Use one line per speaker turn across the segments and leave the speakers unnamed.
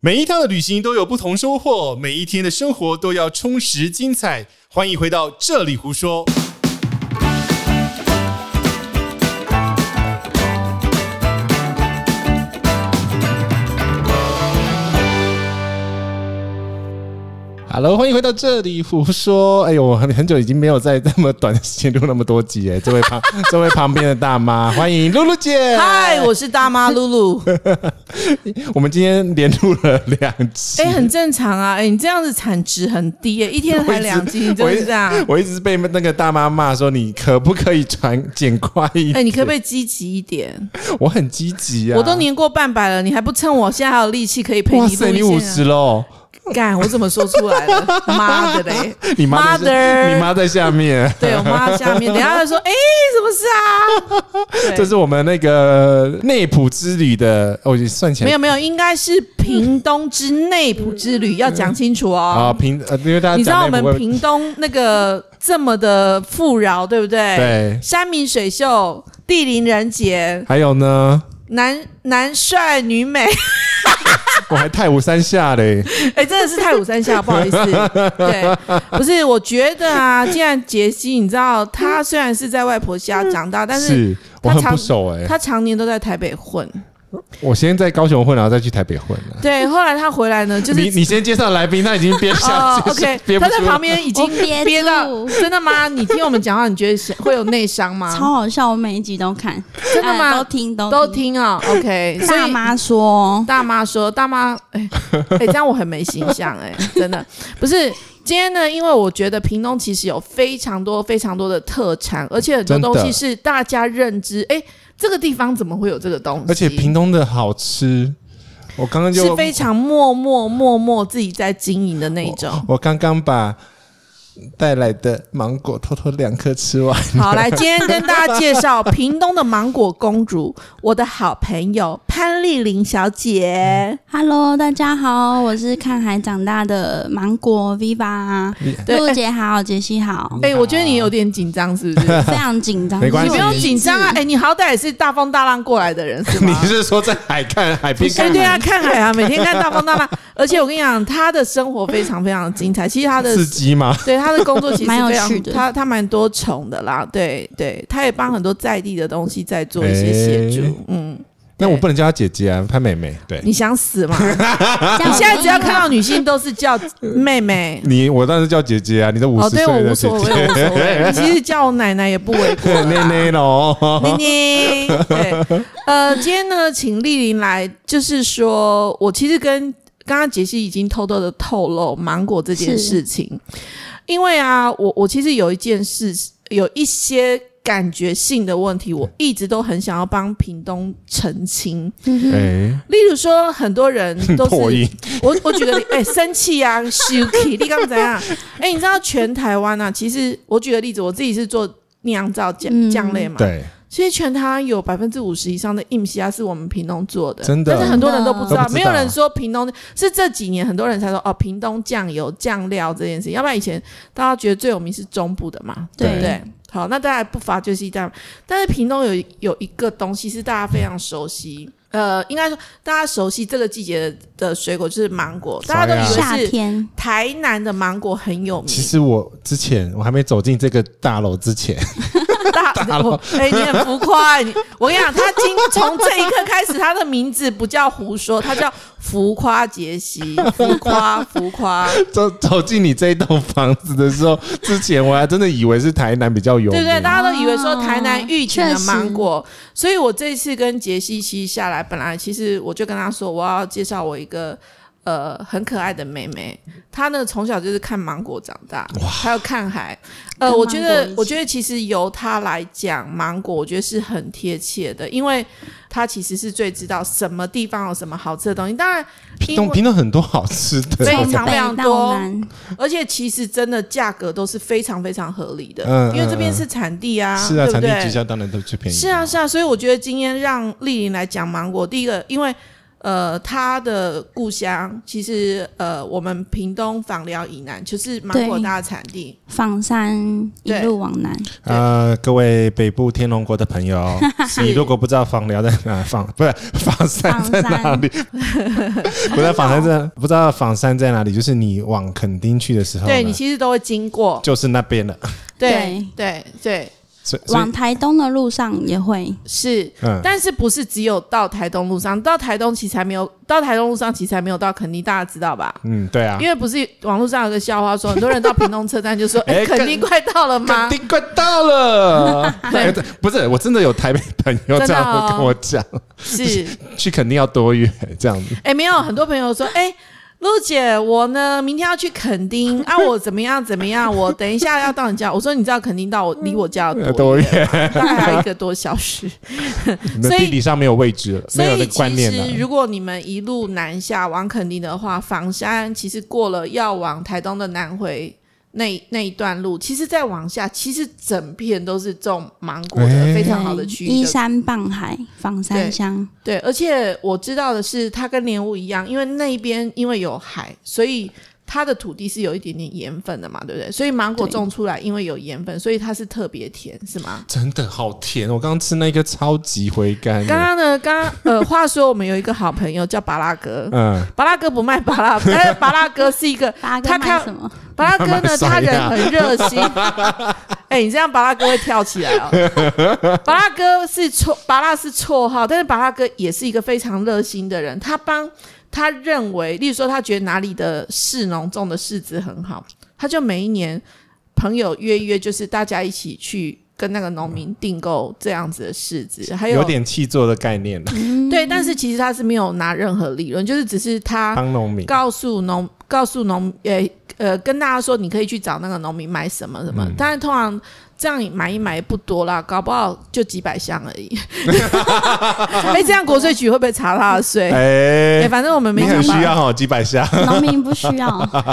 每一趟的旅行都有不同收获，每一天的生活都要充实精彩。欢迎回到这里胡说。Hello，欢迎回到这里胡说。哎呦，我很很久已经没有在这么短的时间录那么多集哎。 这位旁这位旁边的大妈，欢迎露露
呃
姐。
嗨，我是大妈露露。
我们今天连录了两集。
哎、很正常啊。哎、你这样子产值很低耶、一天
我一
才
直
两斤，你就
我一
是这啊样。
我一直 被那个大妈骂说，你可不可以传剪快一点？
哎、你可不可以积极一点？
我很积极啊！
我都年过半百了，你还不趁我现在还有力气可以陪
哇
你录
塞，你
一
五
些
十哦喽，
啊？干，我怎么说出来 了？妈的嘞！
你妈在
Mother
你妈在下 面。
对我妈下面，等一下她说，哎、什么事啊？
这
对，
是我们那个内埔之旅的，哦，算起来
没有没有，应该是屏东之内埔之旅，要讲清楚
啊，
哦。
平呃，因为大家
你知道
讲
我
内埔
们
会
屏东那个这么的富饶，对不对？
对，
山明水秀，地灵人杰，
还有呢，
男男帅女美，
我还太武山下嘞，
哎、真的是太武山下，不好 意思，对，不是，我觉得啊，既然杰西，你知道，他虽然是在外婆家长大， 但是
是我
他
很不
常
熟哎，
他常年都在台北混，
我先在高雄混，然后再去台北混啊
对，后来他回来 呢，就
你
是。
你先介绍来宾，他已经憋不下
哦
去
，OK，
憋不
他在
住
旁边已经
我憋
憋到，
住
真的吗？你听我们讲话，你觉得会有内伤吗？
超好笑，我每一集都看，
真的吗
哎都听都
都。听啊，OK，所
大
以
妈说，
大妈说：“大妈，哎、哎、这样我很没形象 哎、真的不是。今天呢，因为我觉得屏东其实有非常多非常多的特产，而且很多
真的
东西是大家认知，哎、这个地方怎么会有这个东西？
而且屏东的好吃，我刚刚就是
非常默默默默自己在经营的那一种。
我刚刚把带来的芒果偷偷两颗吃完。
好，来，今天跟大家介绍 屏东的芒果公主，我的好朋友潘丽玲小姐。
Hello，大家好，我是看海长大的芒果 Viva，
对
露姐好，杰西好，
哎、我觉得你有点紧张，是不是？
非常紧张，
没关
你
系
不
因为
用
我
紧张啊！哎、你好歹也是大风大浪过来的人，是吗？
你 是说在海看海边
哎，
看？
对啊，看海啊，每天看大风大浪。而且我跟你讲，他的生活非常非常精彩。其实他的
刺激吗？
对他的工作其实
蛮有
非常
趣的
他他蛮多重的啦。对对，他也帮很多在地的东西在做一些协助。
哎
嗯，
那我不能叫她姐姐啊，她妹妹。对
你想死吗？
这
你
样
现在只要看到女性都是叫妹妹。
你，我当时叫姐姐啊，你都五
哦，
十岁
对我
了，
无
姐
所谓，
姐。
无所谓。你其实叫我奶奶也不为 过啦。
奶奶喽，
妮妮，对，呃，今天呢，请丽玲来，就是说我其实跟刚刚杰西已经偷偷的透露芒果这件事情，因为啊，我我其实有一件事，有一些感觉性的问题，我一直都很想要帮屏东澄清。
哎，
例如说，很多人都
破
是
音，
我我举个例，哎、生气啊，生气，你刚怎样？哎、你知道全台湾啊，其实我举个例子，我自己是做酿造酱
嗯
酱类嘛，
对，
其实全台湾有百分之五十以上的硬虾是我们屏东做的，
真的
但是很多人都不知
都
道
不，知道
没有人说屏东是这几年很多人才说哦，屏东酱油酱料这件事情，要不然以前大家觉得最有名是中部的嘛，
对
对不对？好，那大家不乏就是这样，但是屏东有有一个东西是大家非常熟悉，呃，应该说大家熟悉这个季节的水果就是芒果，大家
哎
夏
都以为是
天
台南的芒果很有名
其，实我之前我还没走进这个大楼之 前，
大我哎、你很浮夸、你我跟你讲，他今从这一刻开始，他的名字不叫胡说，他叫浮夸杰西，浮夸浮夸，
走走进你这一栋房子的时候，之前我还真的以为是台南比较有
对
名
不，对？大家都以为说台南御景的
哦确实
芒果，所以我这一次跟杰西其实下来，本来其实我就跟他说，我要介绍我一个。呃，很可爱的妹妹，她呢从小就是看芒果长大，还有看海。呃，
跟
我觉
芒
得
果一，起
我觉得其实由她来讲芒果，我觉得是很贴切的，因为她其实是最知道什么地方有什么好吃的东西。当然，
屏
因
东
为
屏东很多好吃的，
非
从
常非常
北
多
到南，
而且其实真的价格都是非常非常合理的，
嗯
因为这
嗯
边
嗯
是产地啊，
是啊，
对不
产
对啊
地直销当然都最便宜，
是啊，是啊，所以我觉得今天让丽玲来讲芒果，第一个，因为呃，他的故乡其实呃，我们屏东访寮以南就是芒果
对
大产地，
仿山一
对
路往南，
呃，各位北部天龙国的朋 友，你如果不知道访寮在哪，访 不是访山在哪里， 不是访山在，不知道访山在哪里，就是你往垦丁去的时候呢，
对你其实都会经过，
就是那边了。
对对对，
所以，所以
往台东的路上也会，
是。
嗯，
但是不是只有到台东路上？到台东其实还没有，到台东路上其实还没有到垦丁，大家知道吧？
嗯，对啊
因，为不是网络上有个笑话说，很多人到屏东车站 就说：“
哎
哎，垦丁快到了吗
垦丁快到了，
对
哎对不是，我真的有台北朋友
真的
这样
哦
跟我讲，？”
是，
去垦丁要多远这样子，
哎，没有很多朋友说：“哎，露姐，我呢明天要去垦 丁啊，我怎么样怎么样？我等一下要到你家。”我说：“你知道垦丁到我离我家有多
多
远？
远？
大概要一个多小时。”
你们
所以
地理上没有位置了，
所
没有
以
那个观念啊
其实，
了。
如果你们一路南下往垦丁的话，房山其实过了要往台东的南回那那一段路，其实再往下，其实整片都是种芒果的，
哎
非常好的区域
依
的。
山傍海，仿
对
山乡，
对，而且我知道的是，它跟莲雾一样，因为那一边因为有海，所以。它的土地是有一点点盐分的嘛，对不对？所以芒果
对
种出来，因为有盐分，所以它是特别甜，是吗？
真的好甜！我刚刚吃那个超级回甘的，
刚刚呢，刚刚呃，话说我们有一个好朋友叫巴拉哥，
嗯，
巴拉哥不卖巴拉，但是巴拉哥是一个
八
他
哥卖
看
什么？
巴拉哥呢，
慢慢甩
他人
呀
很热心。 哎、你这样巴拉哥会跳起来哦。 巴拉哥是绰，巴拉是绰号，但是巴拉哥也是一个非常热心的人。他帮他认为，例如说，他觉得哪里的市农种的柿子很好，他就每一年朋友约一约，就是大家一起去跟那个农民订购这样子的柿子，还
有点气作的概念了，
对，但是其实他是没有拿任何利润，就是只是他
帮农民。
告诉农告诉农呃呃跟大家说，你可以去找那个农民买什么什
嗯
么，但是通常这样买一买也不多啦，搞不好就几百箱而 已。哎、这样国税局会不会查他的税？哎、
哎，
反正我们没
你
想
很
法
需。要哦，几百下。
农民不需 要，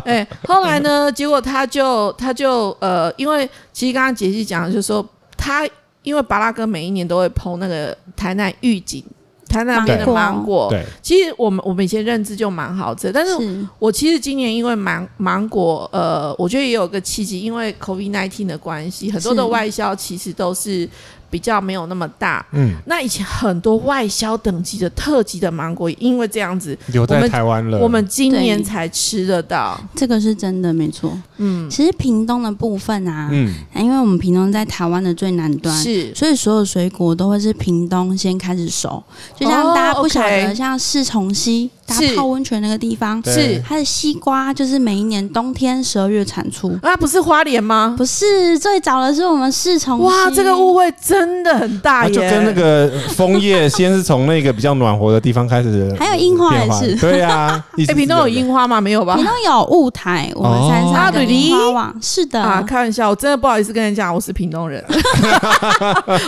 哎、后来呢，结果他就他就呃，因为其实刚刚杰西讲的就是说他，因为巴拉哥每一年都会剖那个台南预警，台南那边的
芒果
芒果。
对，
其实我们我们以前认知就蛮好吃的，但是
是
我其实今年因为芒芒果，呃，我觉得也有个契机，因为 COVID nineteen 的关系，很多
是
的外销其实都是比较没有那么大。
嗯，
那以前很多外销等级的特级的芒果，也因为这样子，
留
我
在
们
台湾了。
我们今年
对
才吃得到。
这个是真的，没错。
嗯，
其实屏东的部分啊，
嗯，
因为我们屏东在台湾的最南端，
是
所以所有水果都会是屏东先开始熟，就
哦
像大家不晓得
OK
像四重溪，大
是
家泡温泉那个地方，
对
是
它的西瓜就是每一年冬天十二月产出。
啊，不是花莲吗？
不是最早的是我们四重溪，
哇，这个误会真的很
那啊
大耶！哎
就跟那个枫叶，先是从那个比较暖和的地方开始，
还有樱花也是
对啊，一直
哎，屏东有
这样
樱花吗？没有吧
屏？东有雾台，我们山
哦
上
啊对
的樱花网，是的，
啊，开玩笑，我真的不好意思跟你讲，我是屏东人，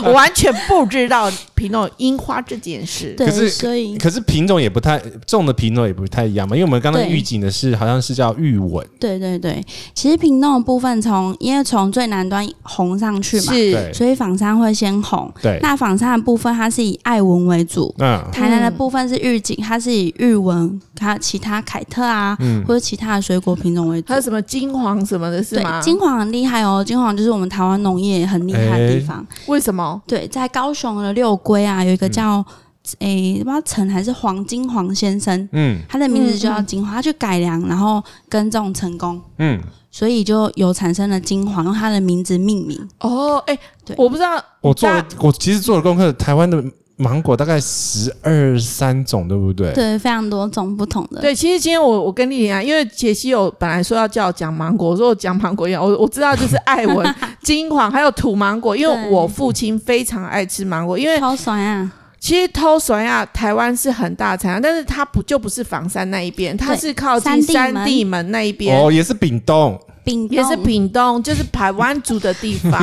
我完全不知道屏东有樱花这件事。
可是
对，所以
可是品种也不太种的品种也不太一样嘛，因为我们刚才
对
预警的是好像是叫玉吻，
对对对，其实屏东的部分从因为从最南端红上去嘛，
对
是
所以仿山会先红。
对，
那仿山的部分它是以爱文为主，
嗯
台南的部分是玉景，它是以玉文，它其他凯特啊，
嗯
或者其他的水果品种为主
还有。什么金黄什么的，是
对
吗？，
金黄很厉害哦，金黄就是我们台湾农业很厉害
哎
的地方。
为什么？
对，在高雄的六龟啊，有一个叫诶、不知道陈还是黄金黄先生，
嗯
他的名字就叫
嗯嗯
金黄，他去改良，然后耕种成功，
嗯，
所以就有产生了金黄，用他的名字命名。
哦，哎、
对
我不知道，
我做了
大
我其实做了功课，台湾的芒果大概十二三种，对不对？
对，非常多种不同的。
对，其实今天我我跟丽玲啊，因为杰西有本来说要叫我讲芒果，我说我讲芒果一样，我我知道就是爱文 金黄还有土芒果，因为
对
我父亲非常爱吃芒果，因为
超酸啊！
其实偷酸亚台湾是很大的产量，但是它不就不是房山那一边，它
对
是靠近
三地
山
门
地门那一边。
哦，也是丙东，
饼
也是屏东，就是台湾族的地方。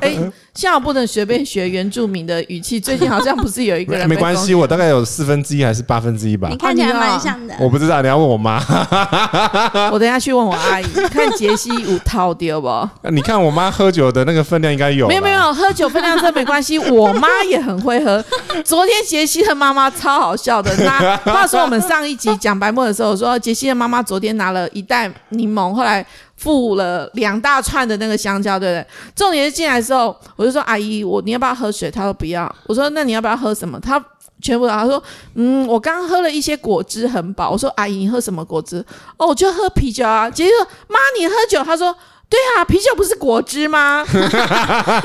哎、幸好不能随便学原住民的语气。最近好像不是有一个 人
没
被
关
攻
系，我大概有四分之一还是八分之一吧
你。看起来
哦你知道
蛮像的。
我不知道，你要问我妈。 啊
我等一下去问我阿姨，看杰西有套丢不？
你看我妈喝酒的那个分量应该有啦，
没有没有，喝酒分量这没关系。我妈也很会喝。昨天杰西的妈妈超好笑的，那话说我们上一集讲白沫的时候，我说哦杰西的妈妈昨天拿了一袋柠檬，后来付了两大串的那个香蕉，对不对？重点是进来的时候，我就说阿姨，我你要不要喝水？她说不要。我说那你要不要喝什么？她全部都，她说嗯，我刚喝了一些果汁，很饱。我说阿姨，你喝什么果汁？哦，我就喝啤酒啊。杰西说妈，你喝酒？她说。对啊，啤酒不是果 汁吗？后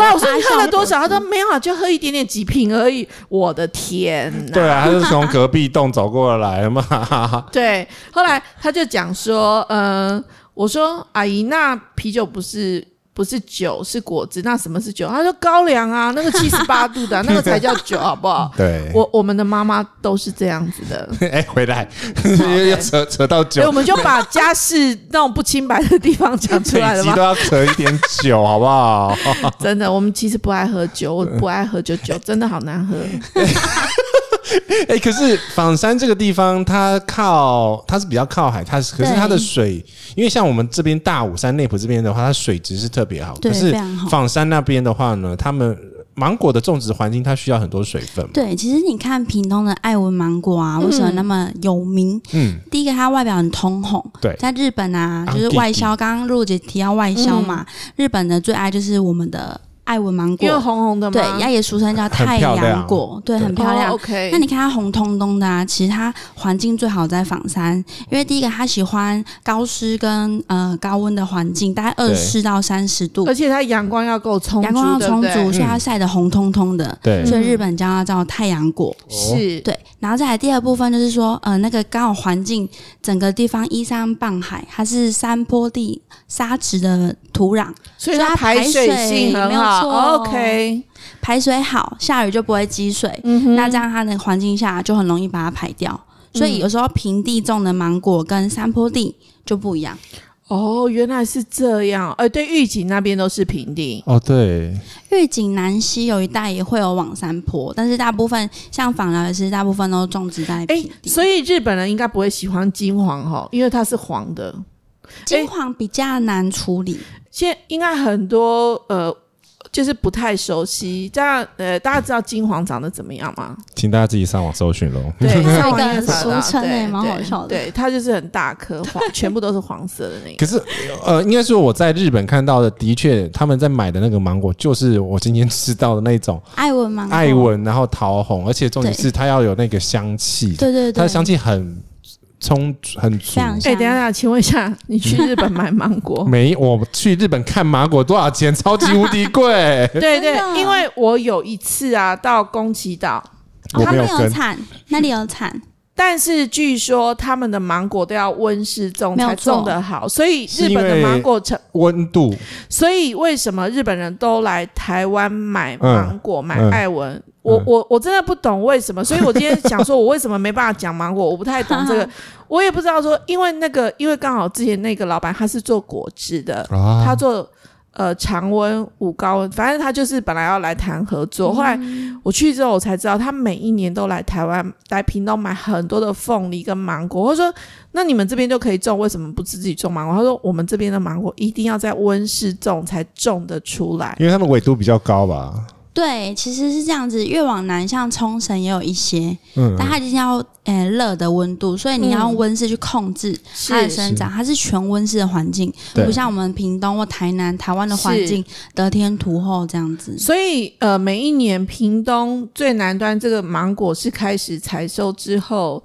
来我说你喝了多少？他说没有啊，就喝一点点几瓶而已。我的天呐！
对啊，她就是从隔壁栋走过来嘛。
对，后来他就讲说，嗯、我说阿姨，那啤酒不是不是酒，是果汁，那什么是酒？他说高粱啊，那个七十八度的啊、那个才叫酒，好不好？
对，
我我们的妈妈都是这样子的，
哎、回来 又又
哎
扯扯到
所以
酒，
我们就把家事那种不清白的地方讲出来
每
了
集
吧
都。要扯一点酒，好不好？
真的，我们其实不爱喝酒，我不爱喝酒，酒真的好难喝。
哎、可是仿山这个地方，它靠它是比较靠海，它是可是它的
对
水，因为像我们这边大武山、内埔这边的话，它水质是特别好，
对
可是
非常好
仿山那边的话呢，他们芒果的种植环境它需要很多水分嘛，
对，其实你看屏东的爱文芒果啊，为什么那么有名？
嗯，
第一个，它外表很通红。
对
在日本啊，
昂
就是
弟
外
弟
销。刚刚陆姐提到外销嘛，日本的最爱就是我们的爱文芒
因为
果，
红红的嘛，
对，它也俗称叫
很
太
漂亮
阳果，对，
对
很漂亮
哦。OK，
那你看它红彤彤的啊，其实它环境最好在仿山，因为第一个它喜欢高湿跟呃高温的环境，大概二
对
十四到三十度
而，且它阳光要够充足，
阳光要充足，
对不
所以它晒得红彤彤的，
对嗯
所以
嗯
日本叫它叫太阳果。
对？是，
对，然后再来第二部分就是说，呃，那个刚好环境整个地方依山傍海，它是山坡地沙池的土壤，
所以它排水性很
没有
好。
错
OK，
排水好，下雨就不会积水。
嗯哼
那这样它的环境下就很容易把它排掉。
嗯
所以有时候平地种的芒果跟山坡地就不一样。
哦，原来是这样。呃，对，预警那边都是平地。
哦，对，
玉井南西有一带也会有往山坡，但是大部分像访疗也是大部分都种植在
哎
平，地。
所以日本人应该不会喜欢金黄哈，因为它是黄的。
金黄比较难处理，
现应该很多呃，就是不太熟悉。这样呃，大家知道金黄长得怎么样吗？
请大家自己上网搜寻喽。
对，上网
那个
应该查得到
俗称的
对
也蛮好
对
笑的
对，它就是很大颗 黄，全部都是黄色的那个。
可是，呃，应该说我在日本看到的，的确他们在买的那个芒果，就是我今天 吃到的那种
艾文芒果，
艾，文，然后桃红，而且重点
对
是它要有那个香气，
对对对，
它的香气很充很足
非。常
哎、等
香。
一下，等一下，请问一下，你去日本买芒果？，
嗯
没，我去日本看芒果多少钱？超级无敌
哦
贵
对对
真的，啊
因为我有一次啊到宫崎岛，
我
他
没
们
有
有
跟。
产，那里有产，
但是据说他们的芒果都要温室种
没有
才
错
种得好，所以
是
日
因
本的
为
芒果成，
温度
所以为什么日本人都来台湾买芒果、买
嗯
艾文？我
嗯
我我真的不懂为什么，所以我今天想说，我为什么没办法讲芒果？我不太懂 这个，我也不知道说，因为那个，因为刚好之前那个老板他是做果汁的，
啊，
他做呃常温、五高温，反正他就是本来要来谈合作，后来我去之后我才知道，他每一年都来台湾来屏东买很多的凤梨跟芒果。我说那你们这边就可以种，为什么不自己种芒果？他说我们这边的芒果一定要在温室种才种得出来。
因为他们纬度比较高吧，
对，其实是这样子。越往南，像冲绳也有一些，
嗯，
但它就是要呃热的温度，所以你要用
嗯
温室去控制它的
是
生长。它是全温室的环境，
对
不像我们屏东或台南、台湾的环
是
境得天独厚这样子。
所以，呃，每一年屏东最南端这个芒果是开始采收之后，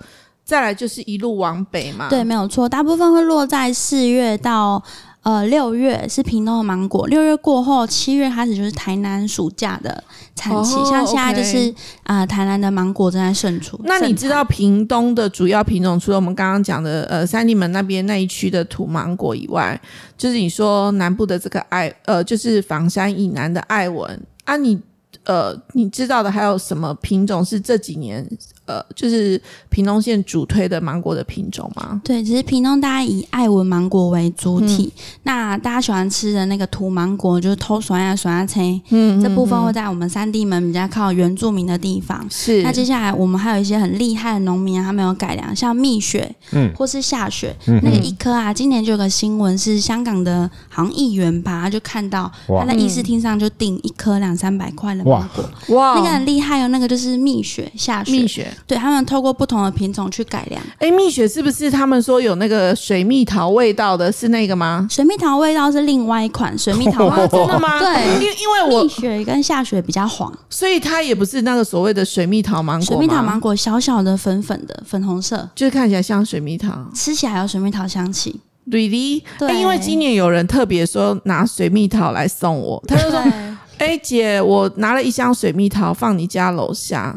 再来就是一路往北嘛。
对，没有错，大部分会落在四月到呃六月是屏东的芒果，六月过后七月开始就是台南暑假的产期，
哦
像现在就
OK
是啊、呃台南的芒果正在盛出。
那你
盛
知道屏东的主要品种，除了我们刚刚讲的呃三里门那边那一区的土芒果以外，就是你说南部的这个艾呃，就是房山以南的艾文啊你，呃你知道的还有什么品种是这几年呃，就是屏东县主推的芒果的品种吗？
对，其实屏东大家以爱文芒果为主体，那大家喜欢吃的那个土芒果就是偷酸呀酸呀青，
嗯
这部分会在我们三地门比较靠原住民的地方。
是
那接下来我们还有一些很厉害的农民、啊，他们有改良，像蜜雪，
嗯
或是下雪，
嗯
那个一颗啊，今年就有个新闻是香港的好像议员吧，他就看到
哇
他在议事厅上就订一颗两三百块的
哇
芒果，
哇
那个很厉害哦，那个就是蜜雪下雪
蜜，雪，
对他们透过不同的品种去改良。
哎，蜜雪是不是他们说有那个水蜜桃味道的？是那个吗？
水蜜桃味道是另外一款水蜜桃味
啊，
道，
真的吗？
哦对
因为因为
蜜
我，
雪跟下雪比较黄，
所以它也不是那个所谓的水蜜桃芒果
水
吗，
蜜桃芒果小小的粉粉的粉红色，
就是看起来像水蜜桃。
吃起来有水蜜桃香气。
Really？
对
哎因为今年有人特别说拿水蜜桃来送我，他就说
对，：“
哎、姐，我拿了一箱水蜜桃放你家楼下。”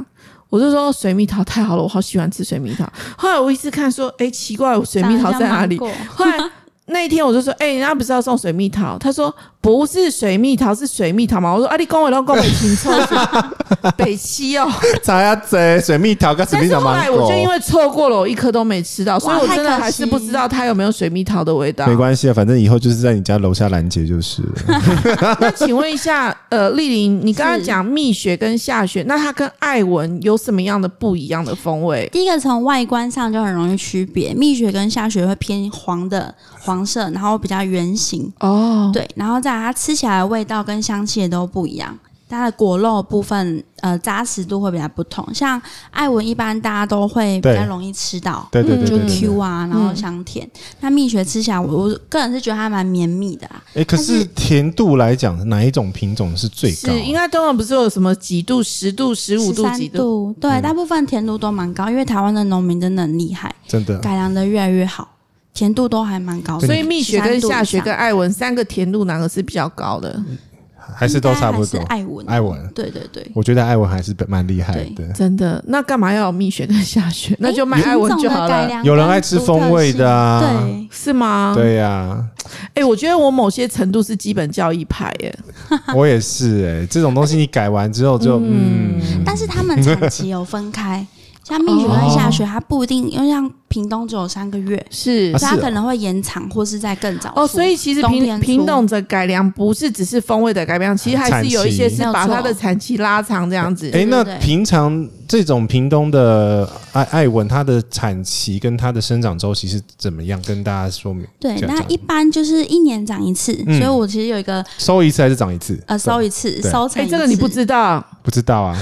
我就说水蜜桃太好了，我好喜欢吃水蜜桃。后来我一直看说，哎、奇怪，我 水蜜桃在哪里？
长得像芒果
后来那一天我就说，哎、人家不是要送水蜜桃？他说不是水蜜桃，是水蜜桃嘛。我说啊，你跟我都跟我清错， 北七哦。
查下啊贼水蜜桃跟水
但
蜜
是
桃
后
芒
来
果
我就，因为错过了，我一颗都没吃到，所以
哇
我
太
真的
可
还是
惜
不知道它有没有水蜜桃的味道。
没关系啊，反正以后就是在你家楼下拦截 就是了。
那请问一下，呃，丽玲，你刚刚
是
讲蜜雪跟夏雪，那它跟艾文有什么样的不一样的风味？
第一个从外观上就很容易区别，蜜雪跟夏雪会偏黄的黄色，然后比较圆形，
哦，
对，然后再来它吃起来的味道跟香气也都不一样。它的果肉部分，呃，扎实度会比较不同。像艾文一般大家都会比
对
较容易吃到，
对对对
就
对对
Q
对。
啊，然
嗯
后香甜。那蜜雪吃起来，我我个人是觉得它蛮绵密的啊。
哎，可是甜度来讲，哪一种品种是最高啊
是？应该通常不是有什么几度、十度、十五度、
13
几度？
度，对，
嗯
大部分甜度都蛮高，因为台湾的农民真的很厉害，
真的
改良的越来越好，甜度都还蛮高的。
所以蜜雪跟
13度以
夏雪
上
跟艾文三个甜度哪个是比较高的？
还是都差不多哎
应该。还是艾文，
艾文，
对对对。
我觉得艾文还是蛮厉害的。
真的？那干嘛要有蜜雪跟夏
哎
雪？那就卖艾文就好了，
有人爱吃风味的啊
对，
是
哦
吗？。
对呀、
哎，我觉得我某些程度是基本教义派耶。
我也是哎、这种东西你改完之后就嗯，
但是他们产期有分 开，像蜜雪跟夏雪，它不一定，因为像屏东只有三个月，
是
哦啊
所以
是
它
哦
可能会延长或是在更早
哦，
出
所以其实
冬
平
天出
平等的改良不是只是风味的改良，其实还
产
是
期
有一些是
没有
把它的
错
产期拉长这样子。
哎、
对
那
对
平常这种屏东的艾艾文，它的产期跟它的生长周期是怎么样？跟大家说明，
对，
这样
那
讲
一般就是一年长一次，
嗯
所以我其实有一个
收一次还是长一次？
呃收
一
一次
对
收成
哎，
一次，
这个你不知道
不知道 啊，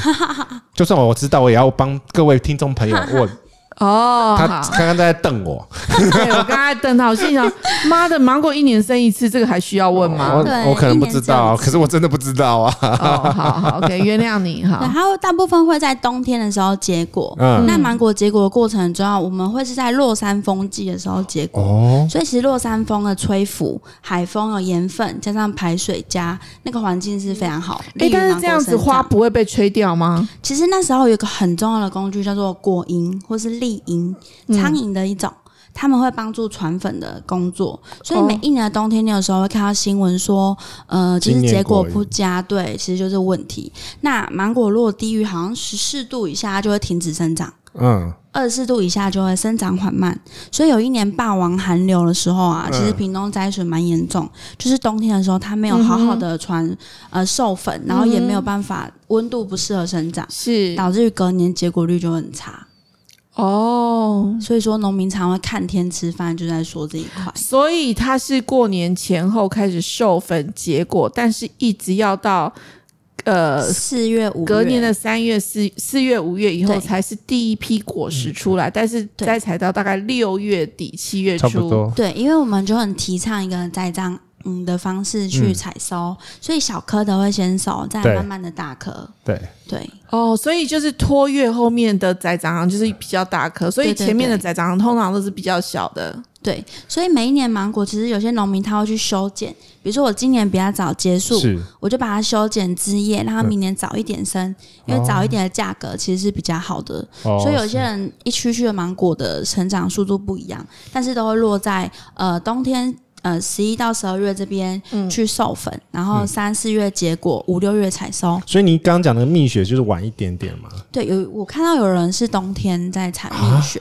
就算我知道，我也要帮各位听众朋友问
哦。
他，
好，
刚刚在瞪我，
对我刚才瞪他，我心想：妈的，芒果一年生一次，这个还需要问吗？
对
我我可能不知道啊，
一年只有一次
可是我真的不知道 啊，
哦，好好，OK，原谅你
对，
哈。
它会大部分会在冬天的时候结果。
嗯，
那芒果结果的过程很重要，我们会是在落山风季的时候结果。
哦，
所以其实落山风的吹拂，海风有盐分，加上排水加那个环境是非常好。
哎
利，于
但是
芒
这
果
样子
生
花
长
不会被吹掉吗？
其实那时候有一个很重要的工具叫做果蝇或是丽蝇，苍蝇的一种。他们会帮助传粉的工作，所以
哦
每一年的冬天，你有时候会看到新闻说，呃，就
今
是
年
结果
果蝇
不佳，对，其实就是问题。那芒果如果低于好像十四度以下，它就会停止生长。
嗯，
二十四度以下就会生长缓慢，所以有一年霸王寒流的时候啊，
嗯
其实屏东灾损蛮严重，就是冬天的时候它没有好好的传、呃授粉，然后也没有办法温度不适合生长，
是
导致于隔年结果率就很差。
哦，
所以说农民常会看天吃饭，就在说这一块。
所以它是过年前后开始授粉结果，但是一直要到呃
四月五
隔年
月
的三月、四四月、五月以后
对嗯
才是第一批果实出来，但是
对
摘采到大概六月底、七月
差不
初。
多，
对，因为我们就很提倡一个栽赃嗯的方式去
嗯
采收，所以小颗的会先收，再
对
慢慢的大颗。
对，
对，
哦，所以就是拖越后面的栽长行就是比较大颗，所以
对对
前面的
对
栽长行通常都是比较小的。
啊
对，所以每一年芒果其实有些农民他会去修剪，比如说我今年比较早结束，
是
我就把它修剪枝叶，让它
嗯
明年早一点生，因为
哦
早一点的价格其实是比较好的。
哦，
所以有些人一区区的芒果的成长速度不一样，但是都会落在呃冬天呃十一到十二月这边
嗯
去授粉，然后三四月结果，五六月采收。
所以你刚刚讲的蜜雪就是晚一点点嘛，
对，有我看到有人是冬天在采蜜雪，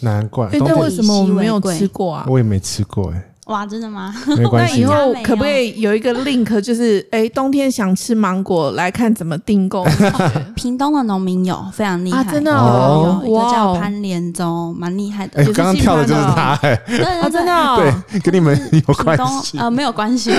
难怪。
哎，
冬
但
天
为什么我们没有
以稀为贵
吃过啊？
我也没吃过 哎、
哇，真的吗？
没关
那
系
以。后
没有
可不可以有一个 link，就是哎，冬天想吃芒果，来看怎么订 购？
屏东的农民有非常厉害
啊真的
哦
有有一个
哇
叫
哦
潘连洲，蛮厉害
哎、
的。
也是
刚刚跳的就是他哎、
对对
啊，
对
真的哦，
对，跟你们有
屏
关
东
系。
呃没有关系，是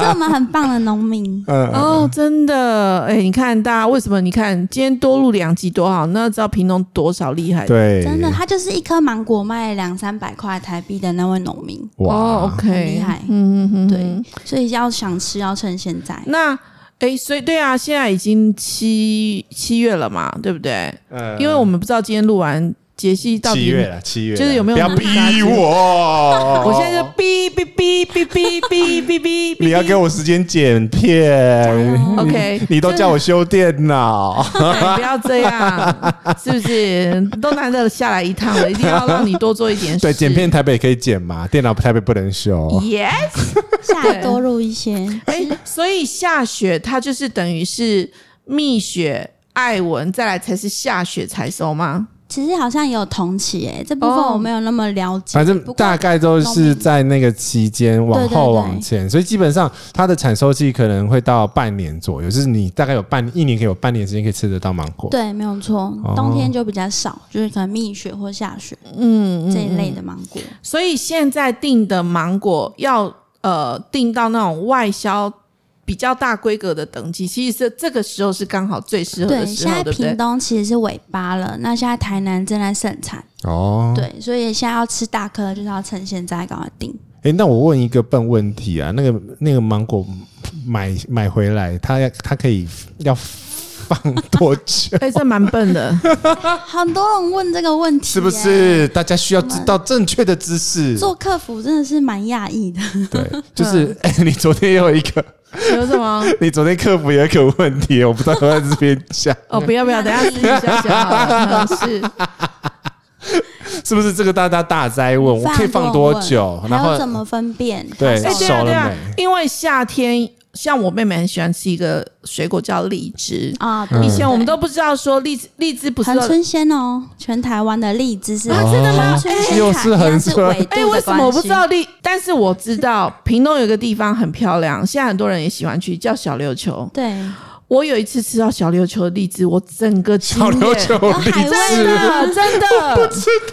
我们很棒的农民。
嗯，嗯
哦，真的，哎，你看大家为什么？你看今天多录两集多好，那知道屏东多少厉害？
对，
真的，他就是一颗芒果卖两三百块台币的那位农民，
哇、
哦
很
，OK，
厉害
嗯嗯嗯，
对。所以要想吃要趁现 在。
那哎，所以对啊，现在已经七七月了嘛，对不对？
呃
因为我们不知道今天录完杰西到底
七月了，七月了
就是有没有
不要
那么大
逼
只
我？
我现在就哔哔哔哔哔哔哔哔，
你要给我时间剪片。
油
哦 OK，
你都叫我修电 脑，
哎不要这样，是不是？都难得下来一趟了，一定要让你多做一点事。
对，剪片台北可以剪嘛，电脑台北不能修。
Yes，
下多录一些，
哎，所以下雪它就是等于是蜜雪、艾文，再来才是下雪采收吗？
其实好像也有同期诶、这部分
哦
我没有那么了解。
反正
不过
大概都是在那个期间往
对对
后
对
往前，所以基本上它的产收期可能会到半年左右，就是你大概有半一年可以有半年时间可以吃得到芒果。
对，没有错
哦，
冬天就比较少，就是可能蜜雪或下雪
嗯，
这一类的芒果。
所以现在订的芒果要呃订到那种外销比较大规格的等级，其实是这个时候是刚好最适合
对，
的时
现
候，
在
对不对？
屏？东其实是尾巴了，那现在台南正在盛产，
哦，
对，所以现在要吃大颗的，就是要趁现在赶快订。
诶，那我问一个笨问题啊，那个那个芒果买买回来，它要它可以要放多久
哎、这蛮笨的，哦
很多人问这个问题、
是不？是？大家需要知道正确的知识。
做嗯客服真的是蛮讶异的，
对，就是哎、 你昨天也有一个，
有什么？
你昨天客服有一个问题，我不知道要在这边讲，
哦，不要不要，等一下私底下讲好了。嗯是，
是不是这个大家大灾问？我可以放多久？然
还
后
有怎么分辨？
对
哎、
它熟
对
熟
啊
了
对啊
没，
因为夏天，像我妹妹很喜欢吃一个水果叫荔枝，
啊，
嗯
对
以前我们都不知道说荔枝荔枝不是
恒春鲜哦，全台湾的荔枝是
啊真的吗
恒春鲜
又
卡
是
一
恒
样是
春
纬度
哎、
的
为什么我不知
关
道
系？
荔？但是我知道屏东有一个地方很漂亮，现在很多人也喜欢去，叫小琉球。
对，
我有一次吃到小琉球的荔枝，我整个惊
小
艳
琉球
然后
哦荔
海
枝
味
真的真的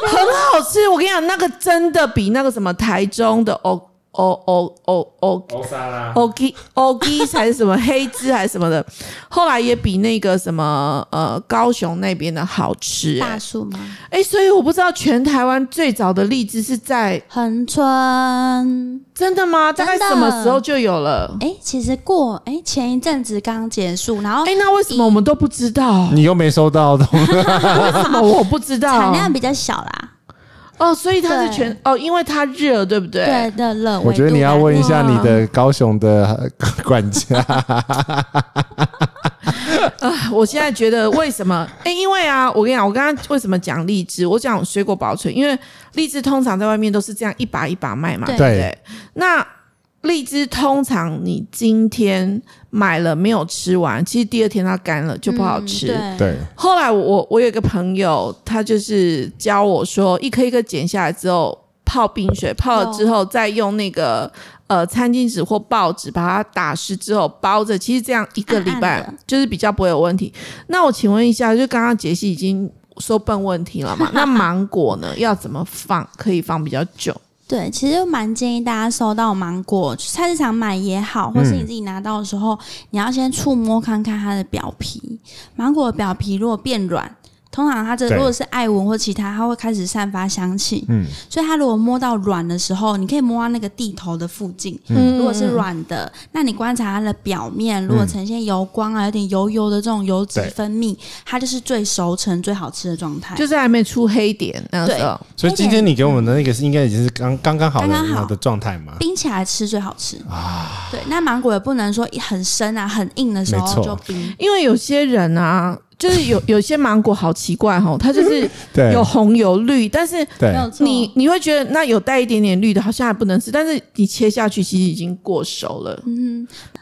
很好吃。我跟你讲，那个真的比那个什么台中的哦哦哦哦哦
欧沙拉
哦鸡哦鸡还是什么黑芝还是什么的，后来也比那个什么呃高雄那边的好吃、
大
哎、
树吗？
哎所以我不知道全台湾最早的荔枝是在
恒春，
真的吗？大
真
概什
的
么时候就有了？
哎，其实过哎前一阵子刚结束，然后
哎、那为什么我们都不知道？
你又没收到的，
为什么我不知
产
道？
量比较小啦，
哦，所以它是
对
全哦，因为它热，对不对？
对的嗯了。
我觉得你要问一下
哇
你的高雄的呃管家，
我现在觉得为什么？哎、因为啊，我跟你讲，我刚刚为什么讲荔枝？我讲水果保存，因为荔枝通常在外面都是这样一把一把卖嘛，对
对
不对？那荔枝通常你今天买了没有吃完，其实第二天它干了就不好吃。
嗯对，
对，
后来我我有一个朋友，他就是教我说，一颗一颗剪下来之后泡冰水，泡了之后再用那个呃餐巾纸或报纸把它打湿之后包着，其实这样一个礼拜
暗暗的
就是比较不会有问题。那我请问一下，就刚刚杰西已经说笨问题了 嘛？那芒果呢，要怎么放可以放比较久？
对，其实蛮建议大家收到芒果去菜市场买也好，或是你自己拿到的时候，你要先触摸看看它的表皮。芒果的表皮如果变软，通常它这
对
如果是艾文或其他，它会开始散发香气。
嗯，
所以它如果摸到软的时候，你可以摸到那个地头的附近。
嗯
如果是软的，那你观察它的表面，如果呈现油光啊，有点油油的这种油脂
对
分泌，它就是最熟成、最好吃的状态。
就是还没出黑点那个时候，
所以今天你给我们的那个是应该已经是刚刚刚好的
刚刚好
的状态嘛？
冰起来吃最好吃对，那芒果也不能说一很深啊、很硬的时
没
候
错
就冰。
因为有些人啊，就是有有些芒果好奇怪哦，它 就是
对
有红有绿，但是
对
没有错
你你会觉得那有带一点点绿的，好像还不能吃，但是你切下去其实已经过熟了。
嗯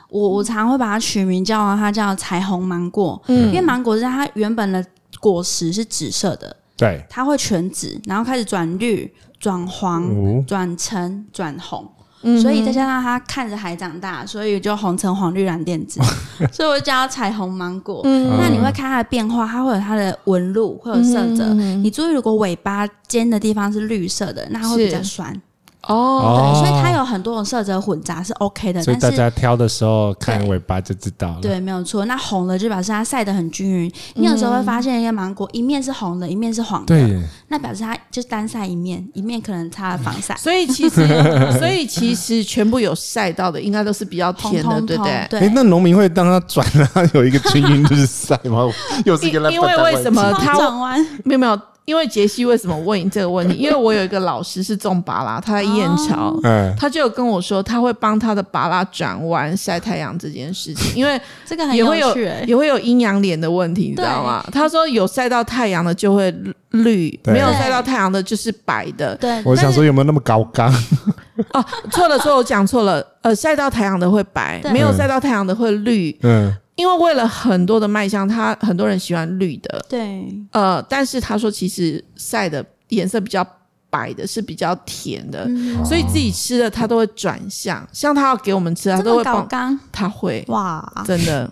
我我常会把它取名叫它叫彩虹芒果，因为芒果是它原本的果实是紫色的，
对，
它会全紫，然后开始转绿、转
哦
黄、转橙、转红。所以再加上它看着海长大，所以就红橙黄绿蓝 靛紫，所以我就叫它彩虹芒果。那你会看它的变化，它会有它的纹路，会有色泽。你注意，如果尾巴尖的地方是绿色的，那它会比较
是
酸。
哦，
对，
哦，
所以它有很多种色泽混杂是 OK 的，
所以大
但是
家挑的时候看尾巴就知道了。，
对，没有错。那红了就表示它晒得很均匀。你有时候会发现一个芒果一面是红的，一面是黄的，
对耶，
那表示它就是单晒一面，一面可能擦了防晒，
所以其实所以其实全部有晒到的，应该都是比较
红
甜的，
彤
对不
彤。
对？
哎，那农民会当他转了有一个均匀就是晒吗？又是一个烂
因因为
笨蛋
为
问
什么
题
它
它呃转弯
没有没有，因为杰西为什么问你这个问题？因为我有一个老师是种芭拉，他在燕巢。
嗯，
他就有跟我说，他会帮他的芭拉转弯晒太阳这件事情，因为
这个很
也会有
有趣、欸，
也会有阴阳脸的问题，你知道吗？他说有晒到太阳的就会绿，
对
没有晒到太阳的就是白的。
对，
我
但
想
是
说有没有那么高纲？
错了，错了，我讲错了。呃，晒到太阳的会白，
对
没有晒到太阳的会绿，
嗯，
因为为了很多的卖相，他很多人喜欢绿的。
对，
呃，但是他说其实晒的颜色比较白的是比较甜的，
嗯，
所以自己吃的他都会转向，像他要给我们吃，他呃
这
都
么
会
高
帮，
刚
他会
哇！
真的。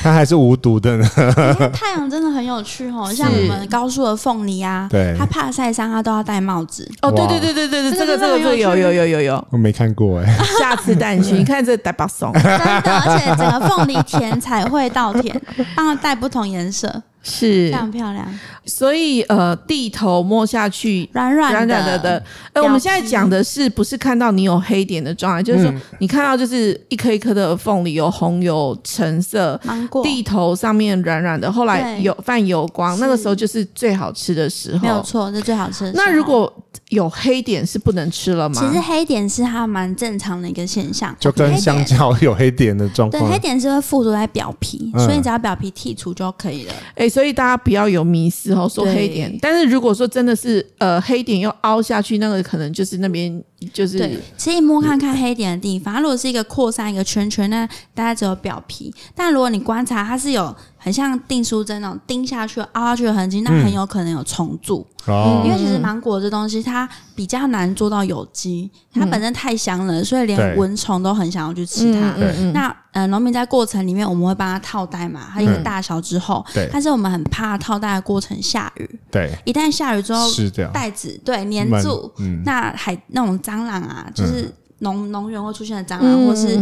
他还是无毒的呢。
你看太阳真的很有趣哦，像我们高速的凤梨啊，
对
它怕晒伤，它都要戴帽 子。
哦，对
哇
对对对对对，这
这
个
个
这
真
个
的
这个
很有
有
趣
有有有有，
我没看过
哦
哎，
下次带你去，你看这大把 松
真的，而且整个凤梨田彩绘稻田，帮它带不同颜色，非
是，
常漂亮，
所以呃，地头摸下去。
软软
软软的的，哎，
表
我们现在讲的是不是看到你有黑点的状态？就是说，你看到就是一颗一颗的凤梨，有红有橙色，
芒果，
地头上面软软的，后来
对
有泛油光，
是
那个时候就是最好吃的时
没有
候。
错，这最好吃的时候。
哦那如果有黑点是不能吃了吗？
其实黑点是它蛮正常的一个现象，
就跟香蕉有黑点的状
对
况
黑。点是会附着在表皮，
嗯
所以只要表皮剔除就可以了。
哎、所以大家不要有迷失哦，说
对
黑点。但是如果说真的是呃黑点又凹下去，那个可能就是那边就是
对，其实你摸看看黑点的地方，它如果是一个扩散一个圈圈，那大概只有表皮；但如果你观察它是有很像订书针那种钉下去、凹下去的痕迹，那很有可能有虫蛀。
哦
嗯因，为其实芒果这东西它比较难做到有机，它本身太香了，所以
嗯对嗯
连蚊虫都很想要去吃它。
嗯
对
那呃，农民在过程里面，我们会帮它套袋嘛，它一个
嗯
大小之后，
对
但是我们很怕套袋的过程下雨，
对，
一旦下雨之后，
是这样。
袋子对粘
蛮
住，
嗯，
那海那种蟑螂啊，就是农农园会出现的蟑螂，
嗯
或是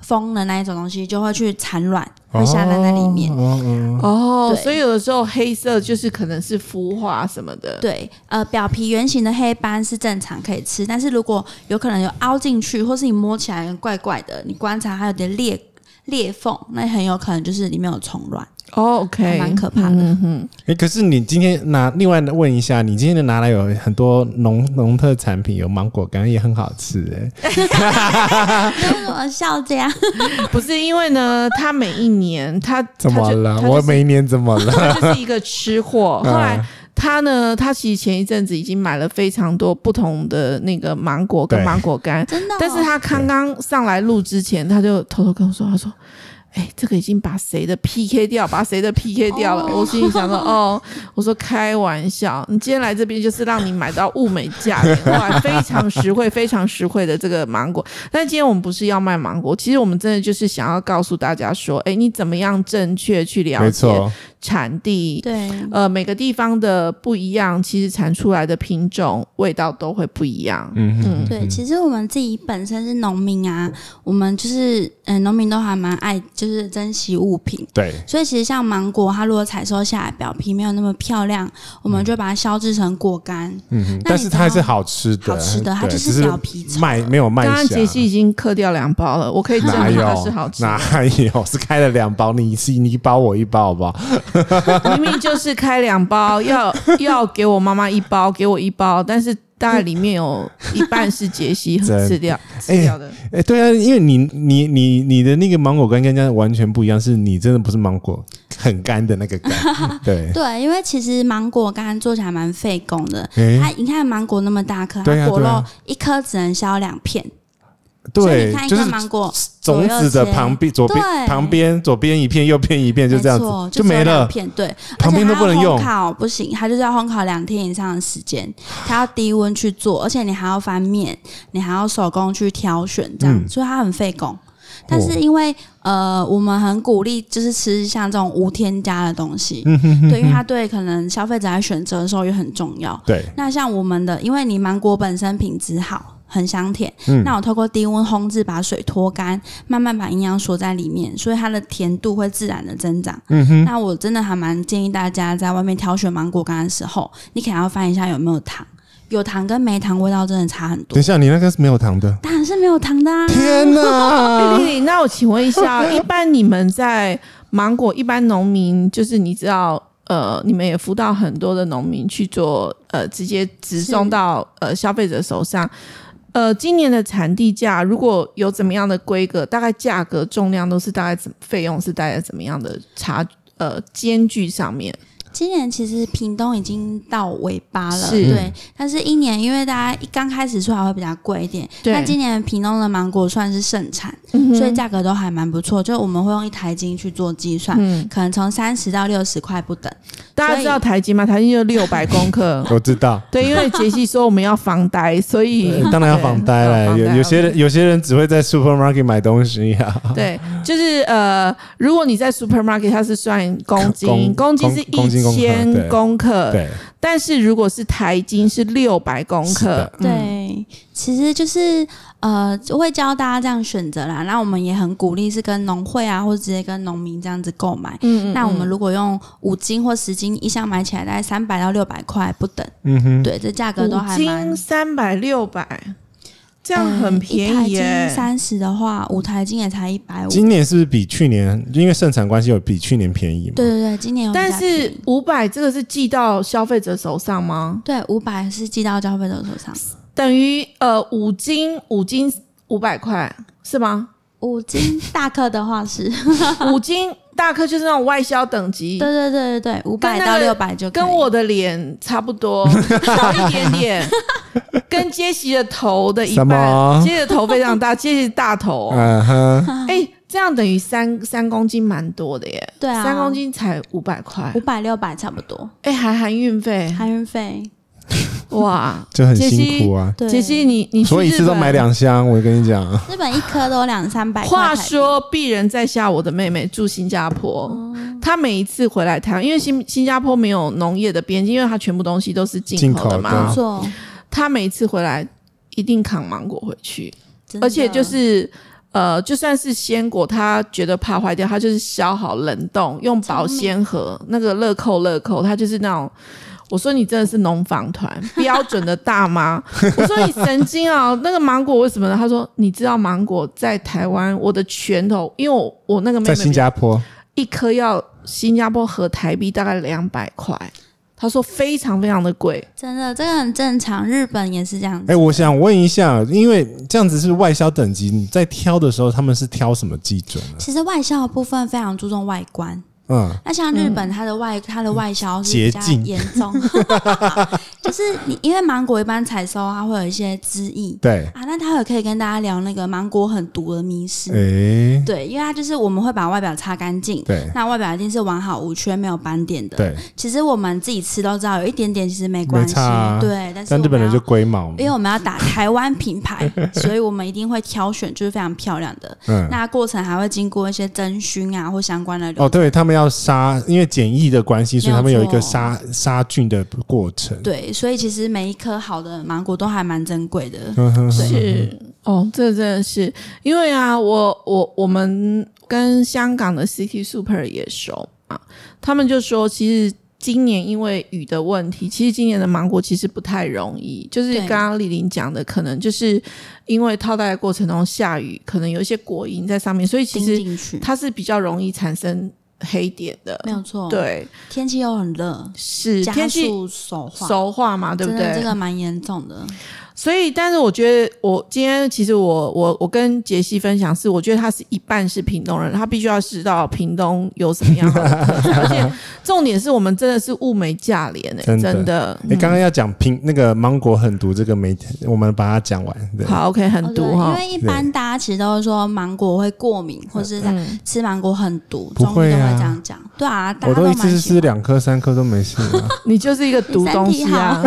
蜂的那一种东西，就会去产卵，会下蛋在里面。
哦哦哦
哦，
对
所以有的时候黑色就是可能是孵化什么的。
对，呃，表皮圆形的黑斑是正常可以吃，但是如果有可能有凹进去，或是你摸起来怪怪的，你观察它有点裂裂缝，那很有可能就是里面有虫 卵，
哦，OK，
还蛮可怕的。
哎，可是你今天拿另外问一下，你今天拿来有很多农农特产品，有芒果，感觉也很好吃哎。
为什么笑这样？
不是因为呢，他每一年他
怎么了？我嗯每一年怎么 了？
他就是一个吃货。后来他呢，他其实前一阵子已经买了非常多不同的那个芒果跟
对
芒果干，
真的哦、
但是他刚刚上来录之前，他就偷偷跟我说，他说。哎、这个已经把谁的 PK 掉，把谁的 PK 掉了。
哦
我心里想说，哦，我说开玩笑，你今天来这边就是让你买到物美价廉，哇，非常实惠，非常实惠的这个芒果。 但今天我们不是要卖芒果，其实我们真的就是想要告诉大家说，哎、你怎么样正确去了
没
解
错，
产地，
对，
呃，每个地方的不一样，其实产出来的品种、味道都会不一样。
嗯嗯，
对，其实我们自己本身是农民啊，我们就是嗯，农民都还蛮爱就是珍惜物品，
对，
所以其实像芒果，它如果采收下来表皮没有那么漂亮，我们就把它削制成果干，
嗯哼，
那
但
你
是
知
它还是
道
好吃的，
好吃的，它
对
就
只
是表皮层。
卖没有卖
刚
相
刚。杰西已经嗑掉两包了，我可以证
哪
明
有
它是好吃的。
哪有？ 是开了两包，你是你一包我一包，好不好？
明明就是开两包，要 要给我妈妈一包，给我一包，但是大概里面有一半是杰西
真
吃掉吃掉的。
哎、对啊，因为你你你你的那个芒果干跟人家完全不一样，是你真的不是芒果，很干的那 个干，对，
对，因为其实芒果干做起来蛮费工的。
诶
它你看芒果那么大颗，
对啊
它果
对
肉
啊
一颗只能削两片，所以
对
你看，一
就是
颗芒果左
种
右
子的
切
旁边、左边、
对
旁边、左边一片、右边一片，就
没
这样子
错
没
只有
了
两。片对，
旁边都不能用
而且它要烘烤不行，它就是要烘烤两天以上的时间，它要低温去
嗯
做，而且你还要翻面，你还要手工去挑选，这样，
嗯
所以它很费工。但是因为呃，我们很鼓励就是吃像这种无添加的东西，
嗯
对，因为它对可能消费者在选择的时候也很重要。
对，
那像我们的，因为你芒果本身品质好，很香甜。
嗯
那我透过低温烘制把水脱干，慢慢把营养锁在里面，所以它的甜度会自然的增长。嗯哼。那我真的还蛮建议大家在外面挑选芒果干的时候，你可能要翻一下有没有糖，有糖跟没糖味道真的差很
等
多
一。下，你那个是没有糖 的。
当然是没有糖的啊。
天
丽
哪！。
丽，那我请问一下，一般你们在芒果，一般农民就是你知道，呃，你们也辅导很多的农民去做，呃，直接直送
是
到呃消费者手上。呃，今年的产地价如果有怎么样的规格，大概价格、重量都是大概怎费用是大概怎么样的差呃间距上面？
今年其实屏东已经到尾巴了，
是嗯
对。但是一年因为大家一刚开始出来会比较贵一点，
对嗯
那今年屏东的芒果算是盛产，所以价格都还蛮不错。就我们会用一台斤去做计算，
嗯
可能从三十到六十块不等。
大家知道台积吗？台积就六百公克
我知 道，
对，因为杰西说我们要防呆，所以
当然要防呆
对
了。
防
有有些
OK
人有些人只会在 supermarket 买东西啊呀。
对，就是呃，如果你在 supermarket，它是算公斤，
公
公斤是
公斤
一
公克对
千公克，
对，
但是如果是台斤是六百公
是
克
的，
嗯，
对，其实就是呃，我会教大家这样选择啦。那我们也很鼓励是跟农会啊，或者直接跟农民这样子购买。
嗯嗯，
那我们如果用五斤或十斤一箱买起来，大概三百到六百块不等。
嗯哼，
对，这价格都
五
还
斤
蛮。
三百六百，
嗯
这样很便宜耶，
三十的话，五台金也才一百五。
今年是不是比去年因为盛产关系有比去年便宜嘛？
对对对，今年有比较
但
便宜
是五百这个是寄到消费者手上吗？
对五百是寄到消费者手上，
等于呃五斤五斤五百块是 吗？
五斤大克的 话是，
五斤大克就是那种外销等级，
对对对对对，五
跟
百
那
到
个
六百就可以
跟我的脸差 不多，少一点点，跟杰西的头的一
什么
半。杰西的头非常大，杰西是 大头、哦。
嗯哼，
哎、这样等于三三公斤，蛮多的耶。
对啊
三公斤才五百块
五。百六百差不多，
哎、还含运费，
含运费
哇！
就很辛苦啊。
对。
杰西，你你去
所以一次
日
都
本
买两箱，我跟你讲，
日本一颗都有两三百块台
话
币。
说，鄙人在下我的妹妹住新加坡，
哦
她每一次回来台湾，因为新新加坡没有农业的边境，因为它全部东西都是进口的
进口
嘛
的
没，错，
她每一次回来一定扛芒果回去，
真的
而且就是。呃，就算是鲜果，她觉得怕坏掉，她就是削好冷冻，用保鲜盒那个乐扣乐扣，她就是那种，我说你真的是农访团 标准的大妈，我说你神经啊，那个芒果为什么呢？她说你知道芒果在台湾，我的拳头，因为我我那个妹
在
妹
新加坡，
一颗要新加坡和台币大概两百块，她说非常非常的贵，
真的这个很正常，日本也是这样
哎、
子。
我想问一下，因为这样子是外销等级，你在挑的时候他们是挑什么基准呢？
其实外销的部分非常注重外观，
嗯，
那像日本，它的外、它的外销是比较
捷径
严 重， 就是你因为芒果一般采收它会有一些汁液
对，
啊，那待会可以跟大家聊那个芒果很毒的迷失。
哎、
对，因为它就是我们会把外表擦干净，
对
那外表一定是完好无缺、没有斑点的。
对，
其实我们自己吃都知道，有一点点其实没关
没
系，
差啊
对。但是
但
我
日本
们
人
要
就龟毛嘛，
因为我们要打台湾品 牌，所以我们一定会挑选就是非常漂亮的。
嗯，
那过程还会经过一些蒸熏啊或相关的流
哦，对他们要杀，因为检疫的关系，所以他们有一个杀杀菌的过程。
对，所以其实每一颗好的芒果都还蛮珍贵的。
嗯哼哼
是哦，这真的是因为啊，我我我们跟香港的 City Super 也熟啊，他们就说其实。今年因为雨的问题，其实今年的芒果其实不太容易，就是
对
刚刚丽玲讲的，可能就是因为套袋的过程中下雨，可能有一些果蝇在上面，所以其
钉
实
进去，
它是比较容易产生黑点的。
没有错。，
对，
天气又很热，
是
加
天气
速手化，
熟化嘛，对不
真的
对？
这个蛮严重的。
所以，但是我觉得，我今天其实我我我跟杰西分享是，我觉得他是一半是屏东人，他必须要知道屏东有什么 样的特色，而且重点是我们真的是物美价廉诶、
真的
真的。嗯
你刚刚要讲拼那个芒果狠毒这个没，我们把它讲完。对，
好，OK，很毒
哦
哈
对，因为一般大家其实都是说芒果会过敏，或是啊在
嗯
吃芒果很毒，
不
中医
会
都
啊
会这样讲。对啊，大
我
家
都一
蛮
次
喜
吃
欢。
两颗三颗都没事 啊。
你就是一个毒东西啊，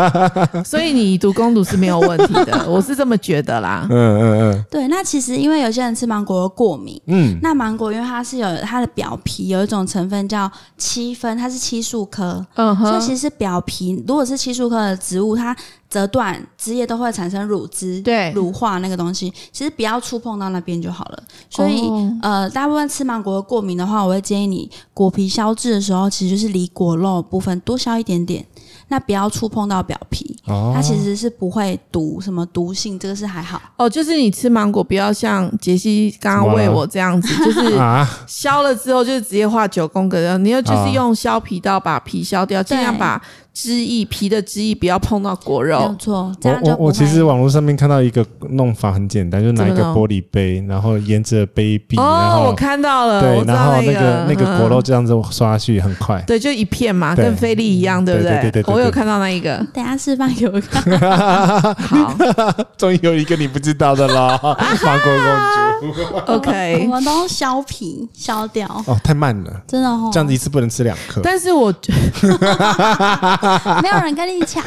所以你以毒攻毒是没有问题 的，我是这么觉得啦。
嗯嗯
对，那其实因为有些人吃芒果会过敏，
嗯
那芒果因为它是有它的表皮有一种成分叫七酚，它是漆树科，
嗯
所以其
哼，
实是表皮如果是漆树科的植物，它折断枝叶都会产生乳汁，
对
乳化那个东西，其实不要触碰到那边就好了。所以、
哦
呃，大部分吃芒果过敏的话，我会建议你果皮削制的时候，其实就是离果肉的部分多削一点点，那不要触碰到表皮。
嗯。哦
它其实是不会毒什么毒性，这个是还好。
哦，就是你吃芒果不要像杰西刚刚喂我这样子，就是
啊，
削了之后就是直接画九宫格，然后你要
啊
就是用削皮刀把皮削掉，尽量把汁液皮的汁液不要碰到果
哦
没
肉
有。错，这
我
样就
我
不
我其实
会
网络上面看到一个弄法很简单，就拿一
怎
个
么弄
玻璃杯，然后沿着杯壁，然
哦，
后
我看到了，我
对，
知
然
道
后那
个嗯
个那个果肉，这样子刷下去很快
嗯。对，就一片嘛，
对
跟菲力一样，对不
对对对对对
我有看到那 一个，
等一下示范给我看。
好
终于有一个你不知道的 啦，法国公主。
，OK
我。们都削皮削掉，
哦，太慢了，
真的哦，
这样子一次不能吃两颗。
但是我
没有人跟你抢。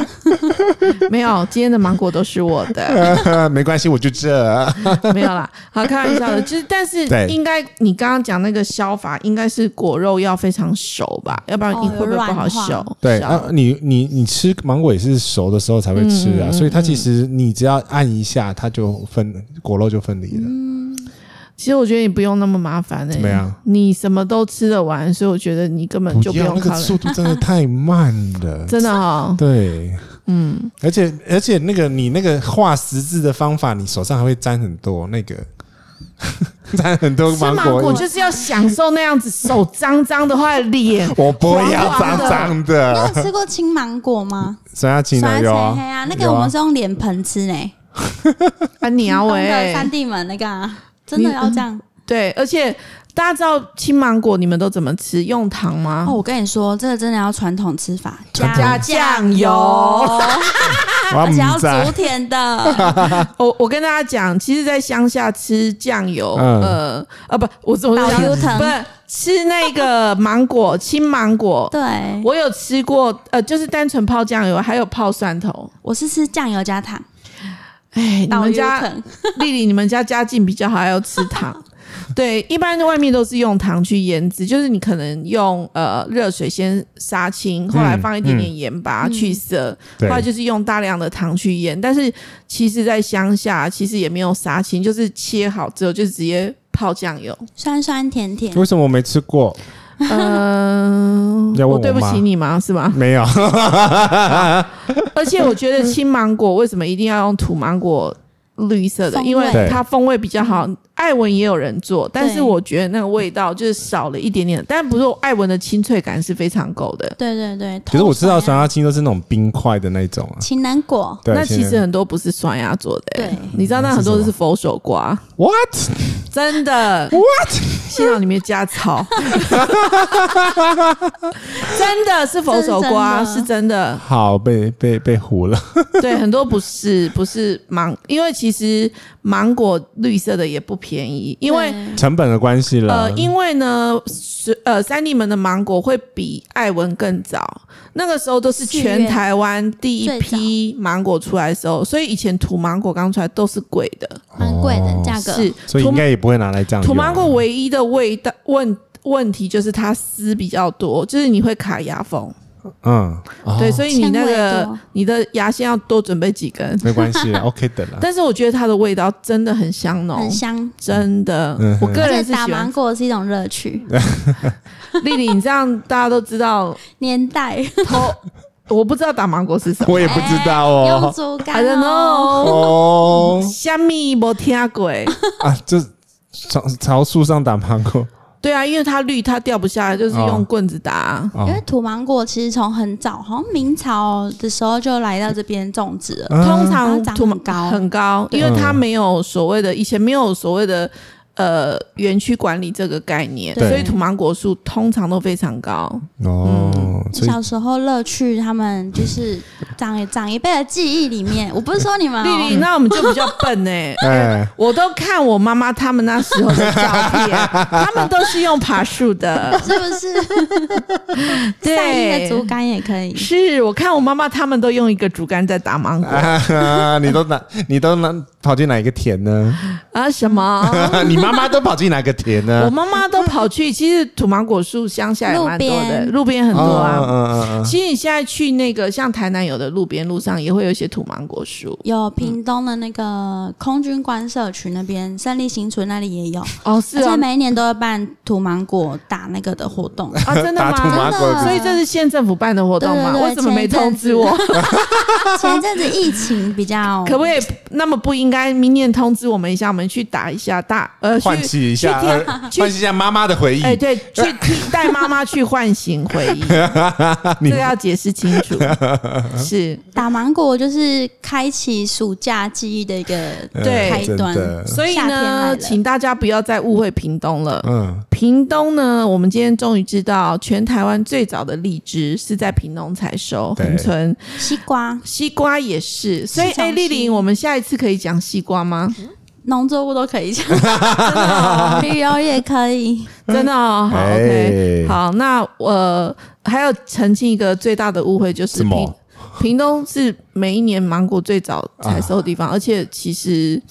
没有，今天的芒果都是我 的，
没关系，我就这。
没有啦。好，开玩笑的，就是但是
对
应该你刚刚讲那个削法，应该是果肉要非常熟吧，要不然
哦
你会不会不好
有
削
软？
对
削
啊，你你你吃芒果也是熟的时候才会吃
嗯
啊，
嗯嗯
所以它其实你只要按一下，它就分果肉就分离了。
嗯其实我觉得你不用那么麻烦诶、
怎么样
你什么都吃得完，所以我觉得你根本就
不要
用
那
考
个速
虑。，
度真的太慢了
真的哦，
对，
嗯，
而且而且那个你那个画十字的方法，你手上还会沾很多那个沾很多
吃
芒
芒
果
果就是要享受那样子手脏脏的话，脸
我不要
黄黄
脏
的
脏
你
的，
有吃过青芒果吗？
酸辣呃 青
酸
的
菜
有
黑啊，那个我们是用脸盆吃呢，
啊鸟
东
哎、
的三地门那个啊，真的要这样。
对，而且大家知道青芒果你们都怎么吃？用糖吗？
哦，我跟你说，这个真的要传统吃法，
传
统
酱油，
我
而且要
不在
煮甜的。
我我跟大家讲，其实，在乡下吃酱油，
嗯
呃啊不，我我
老
想
油藤
不是吃那个芒果青芒果，
对，
我有吃过，呃，就是单纯泡酱油，还有泡蒜头。
我是吃酱油加糖。
哎，你
老
们
油
家
藤
丽丽，你们家家境比较好，还要吃糖。对，一般外面都是用糖去腌制，就是你可能用呃热水先杀青，后来放一点点盐把它去涩，
嗯对
后来就是用大量的糖去腌。但是其实，在乡下其实也没有杀青，就是切好之后就直接泡酱油。
酸酸甜甜，
为什么我没吃过？
嗯、
要问我
对不
妈
起你吗？是吗？
没有，
而且我觉得青芒果为什么一定要用土芒果绿色的？
风味
因为它风味比较好。艾文也有人做，但是
对
我觉得那个味道就是少了一点点，但不是艾文的清脆感是非常够的。
对对对。
可是我知道
透爽
酸
呀
辣青都是那种冰块的那种啊。
情南果，
对，
那其
现
实
在
很多不是酸鸭做的、欸
对，
你知道那很多都是佛手瓜，
what
真的
嗯 what
幸好里面加草，真的是佛手瓜，
这
是
是真的
真的。
好被被被糊了，
对，很多不是不是芒，因为其实芒果绿色的也不便宜，因为
对
成本的关系了。
呃，因为呢，是呃，三地门的芒果会比艾文更早，那个时候都是
四月
全台湾第一
最
批芒果出来的时候，所以以前土芒果刚出来都是贵的，
蛮贵的价格，
是
所以
土
应该也不会拿来这样
土
用啊
芒果唯一的味道问问题就是它丝比较多，就是你会卡牙缝，
嗯，
对，所以你那
纤维
个
多
你的牙线要多准备几根。
没关系啦，OK 的 啦。
但是我觉得它的味道真的很香浓，
很香。
真的，
嗯
我
哼
个
而
人
且
是
打
喜
芒
欢。
果是一种乐趣，
丽丽，你这样大家都知道，
年代
头我不知道打芒果是什么
我也不知道
用
哎
哦，
竹竿、
，I don't
哦。
know，
哦
虾米没听过。
啊，这朝朝树上打芒果，
对啊，因为它绿，它掉不下来，就是用棍子打。
哦
因为土芒果其实从很早，好像明朝的时候就来到这边种植了。
嗯
通常
嗯它长
土
很高
很高，因为它没有所谓的以前没有所谓的呃园区管理这个概念，
对
所以土芒果树通常都非常高。
哦，
嗯
所以
小时候乐趣，他们就是长长一辈的记忆里面，我不是说你们、
丽丽，
哦，
那我们就比较笨哎、
哎，
我都看我妈妈他们那时候的照 片，他们都是用爬树的，
是不是？晒衣的
对
竹，竿也可以。
是我看我妈妈他们都用一个竹竿在打芒果
啊，你都哪你都哪跑去哪一个田呢？
啊什么。
你妈妈都跑去哪个田
我
呢？
妈妈都跑去，其实土芒果树乡下也蛮多的，
路边
路边很多啊。
嗯嗯嗯
其实你现在去那个像台南有的路边路上也会有一些土芒果树
有屏东的那个空军官社区那边，胜利新村那里也有，
哦，是
而且
啊
每一年都要办土芒果打那个的活动。
啊，真的
打土
吗？
麻
真的
瓜
所以这是县政府办的活动吗？
对对对
为什么没通知我？
前一阵子疫情比较，
可不可以那么不应该？明年通知我们一下，我们去打一下大呃，去
唤起一下，
去
呃
天啊
唤
去
起一下妈妈的回忆
哎、。 对，去替带妈妈去唤醒回忆，这
你
个要解释清 楚。是
打芒果就是开启暑假记忆的 一个
呃
对
开
真
端。
的
所以
夏天来
呢
了，
请大家不要再误会屏东了。
嗯，
屏东呢，我们今天终于知道，全台湾最早的荔枝是在屏东采收，
对
恒春
西瓜，
西瓜也是。所以，哎，
是长
丽
西
玲，我们下一次可以讲西瓜吗？
农作物都可 以讲，旅游也可以。
真的哦，好
哎
，OK，好，那呃，还要澄清一个最大的误会，就是
什么
屏屏东是每一年芒果最早采收的地方，
啊
而且其实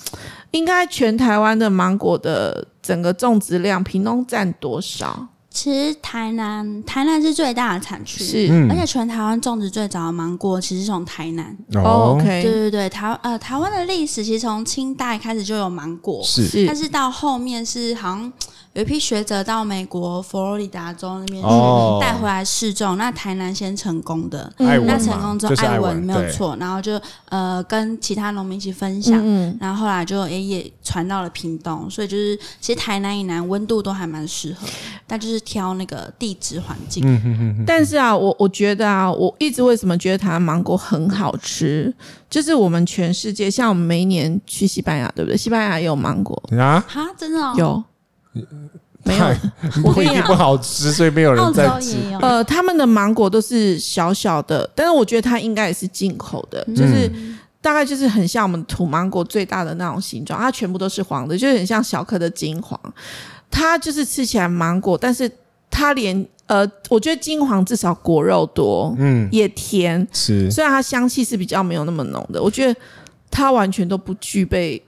应该全台湾的芒果的整个种植量，屏东占多少？
其实台南，台南是最大的产区，
是、
嗯
而且全台湾种植最早的芒果其实是从台南。
哦
哦，
OK，
对对对，台呃台湾的历史其实从清代开始就有芒果，
是
但
是
是到后面是好像有一批学者到美国佛罗里达州那边去
哦
带回来试种，那台南先成功的。
爱
那
文
成
嘛
功之
就
后，
是爱
文
文
没有
对
错，然后就呃跟其他农民一起分享，
嗯嗯，
然后后来就也也传到了屏东，所以就是其实台南以南温度都还蛮适合，但就是挑那个地质环境。
嗯哼哼哼，
但是啊，我我觉得啊，我一直为什么觉得台湾芒果很好吃，就是我们全世界，像我们每一年去西班牙，对不对？西班牙也有芒果，
啊，
哈，真的哦，
有没有？我
不
跟
一
你
定
讲
不好吃，所以没有
澳
人在
洲
吃。
也有，
呃，他们的芒果都是小小的，但是我觉得它应该也是进口的，就是大概就是很像我们土芒果最大的那种形状，它啊全部都是黄的，就很像小颗的金黄。它就是吃起来芒果，但是它连呃，我觉得金黄至少果肉多，
嗯，
也甜，
是
虽然它香气是比较没有那么浓的，我觉得它完全都不具备。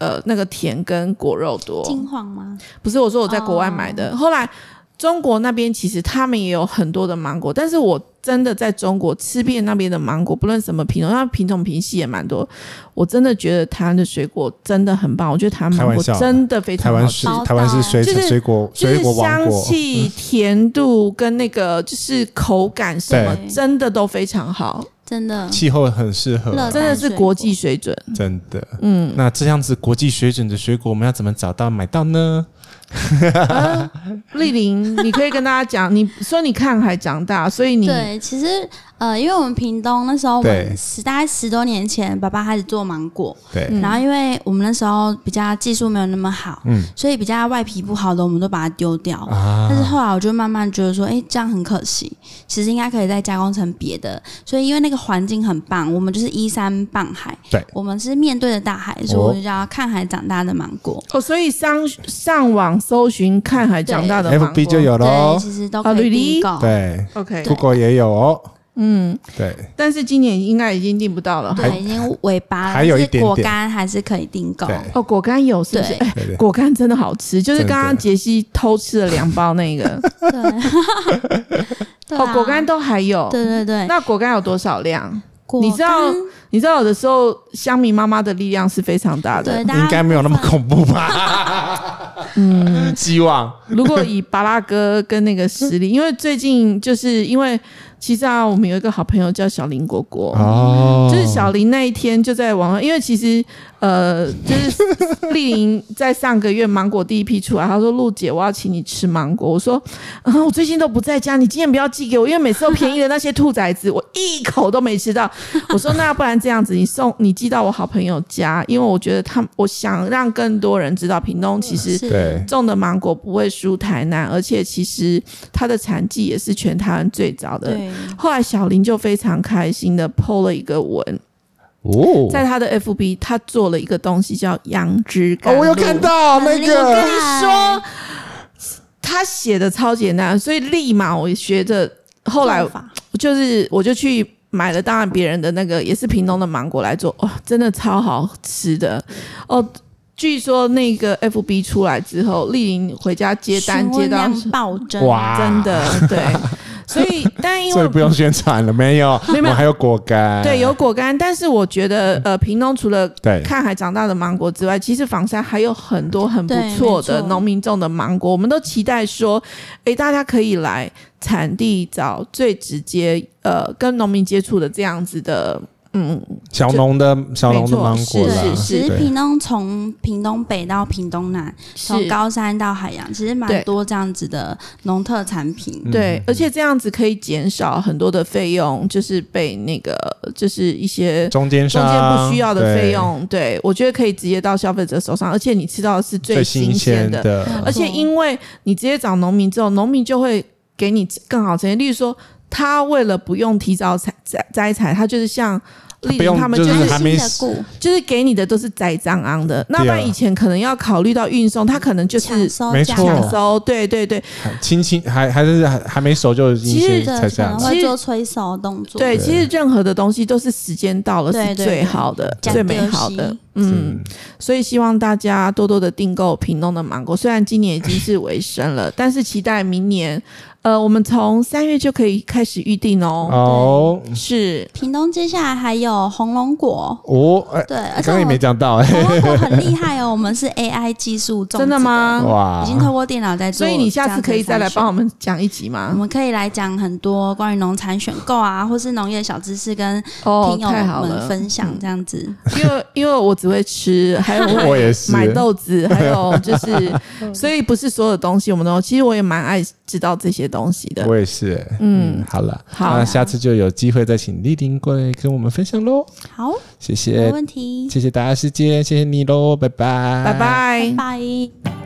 呃，那个甜跟果肉多，
金黄吗？
不是，我说我在国外买的。后来中国那边其实他们也有很多的芒果，但是我真的在中国吃遍那边的芒果，不论什么品种，那品种品系也蛮多。我真的觉得台湾的水果真的很棒，我觉得台湾芒
开
果
玩笑
真的非
台
常好
湾
吃
是。
好
台湾是水
就是
水果
就
水
是
果王
香
国，
气、甜度跟那个就是口感什么，
对
真的都非常好，
真的，
气候很适合，
乐
真的是国际水准。
真的。嗯，那这样子国际水准的水果，我们要怎么找到买到呢？
丽玲，你可以跟大家讲，你说你看海长大，所以你
对，其实呃，因为我们屏东那时候，我
对
们十大概十多年前，爸爸开始做芒果，
对，
嗯
然后因为我们那时候比较技术没有那么好，
嗯
所以比较外皮不好的，我们都把它丢掉。但是
啊，
后来我就慢慢觉得说，哎、这样很可惜，其实应该可以再加工成别的。所以因为那个环境很棒，我们就是依山傍海，
对
我们是面对着大海，所以
哦
我就叫它看海长大的芒果。
哦，所以上上网搜寻看海长大的芒
FB 就有喽
对，，其实都
啊
可
，really？
以订购。
对
OK，
，Google 也有哦，
嗯，
对，
但是今年应该已经订不到了哈。
还
对，已经尾巴了，
还有一
但是果
点点
干还是可以订购。
对
哦，果干有是不是？
对
哎
对对
果干真的好吃，就是
真的
刚刚杰西偷吃了两包那个，
对， 对
哦
啊，
果干都还有。
对对对，
那果干有多少量？
果
你知道
干
你知道有的时候香米妈妈的力量是非常大的
对，。大家
应该没有那么恐怖吧？嗯，希望
如果以巴拉哥跟那个实力，因为最近就是因为其实啊，我们有一个好朋友叫小林果果，
哦，
就是小林那一天就在网上，因为其实呃，就是丽玲在上个月芒果第一批出来，她说露姐我要请你吃芒果，我说啊我最近都不在家，你今天不要寄给我，因为每次都便宜的那些兔崽子我一口都没吃到。我说那不然这样子，你送你寄到我好朋友家，因为我觉得他我想让更多人知道屏东其实
是
对，
种的芒果不会输台南，而且其实它的产季也是全台湾最早的。
对，
后来小林就非常开心的 PO 了一个文，
哦，
在他的 FB，他做了一个东西叫杨枝甘
哦，
露。
我有看到那
我
个，
说他写的超简单，所以立马我学着，后来
做法
就是我就去买了，当然别人的那个也是屏东的芒果来做，哇、真的超好吃的哦。据说那个 FB 出来之后，丽玲回家接单
询
接
问
到
量暴增，
哇
真的对，所以但
啊
因
所以
为
不用宣传了，没有，
没有没有
我还有果干，
对，有果干，但是我觉得，呃，屏东除了
对
看海长大的芒果之外，其实仿山还有很多很不
对
错
没
的
错
农民种的芒果，我们都期待说，诶，大家可以来产地找最直接，呃，跟农民接触的这样子的，嗯，
小农的小农的芒果啦，
是
对，其实
对
屏东从屏东北到屏东南，从
是。
高山到海洋，其
对
实
嗯
蛮多这样子的农特产品。
对，而且这样子可以减少很多的费用，就是被那个就是一些
中间
中
商
间不需要的费，用，对我觉得可以直接到消费者手上，而且你吃到的是
对
最
最
新
新
鲜
鲜
的，
的，
而且因为你直接找农民之后，农民就会给你更好的成绩。例如说，他为了不用提早采摘摘采，他就是像丽
不
玲
用
他们
就
就是是
还
新
没
的故
就是给你的都是栽赃昂的。那不然
对啊
以前可能要考虑到运送，他可能就是
抢收
没
价
错
格
抢收，对对对
轻轻还还是还还没熟就已经
其实
先
的
才这
可
样
能
子，
其
会
实
做催熟动作，
对。
对
其实任何的东西都是时间到了
对
是
对
最好的、
对
最美好的
讲。
嗯，所以希望大家多多的订购屏东的芒果。虽然今年已经是尾声了，但是期待明年，呃，我们从三月就可以开始预定哦。
哦
是，
屏东接下来还有红龙果，
哦，哎，
对，
刚
而且
刚
我
也没
们
讲到哎，
红龙果很厉害哦，我们是 AI 技术 种植
真的？吗？
哇
已，经透过电脑在做，
啊所以你下次可以再来帮。我们讲一集
我
吗？
们可以来讲很多关于农产选购啊，或是农业小知识，跟
哦
听，友
太好
们
了！
分享这样子。
因为因为我只会 吃，还有
我
会
也是
买豆子，还有就是，所以不是所有东西我们都，其实我也蛮爱知道这些东西的。
我也是，
嗯，
好了，
好
那下次就有机会再请丽玲过来跟我们分享喽，
好，
谢
没
嗯
谢，
问题，
谢谢大家时间，谢谢你喽，拜拜，
拜拜
拜。拜。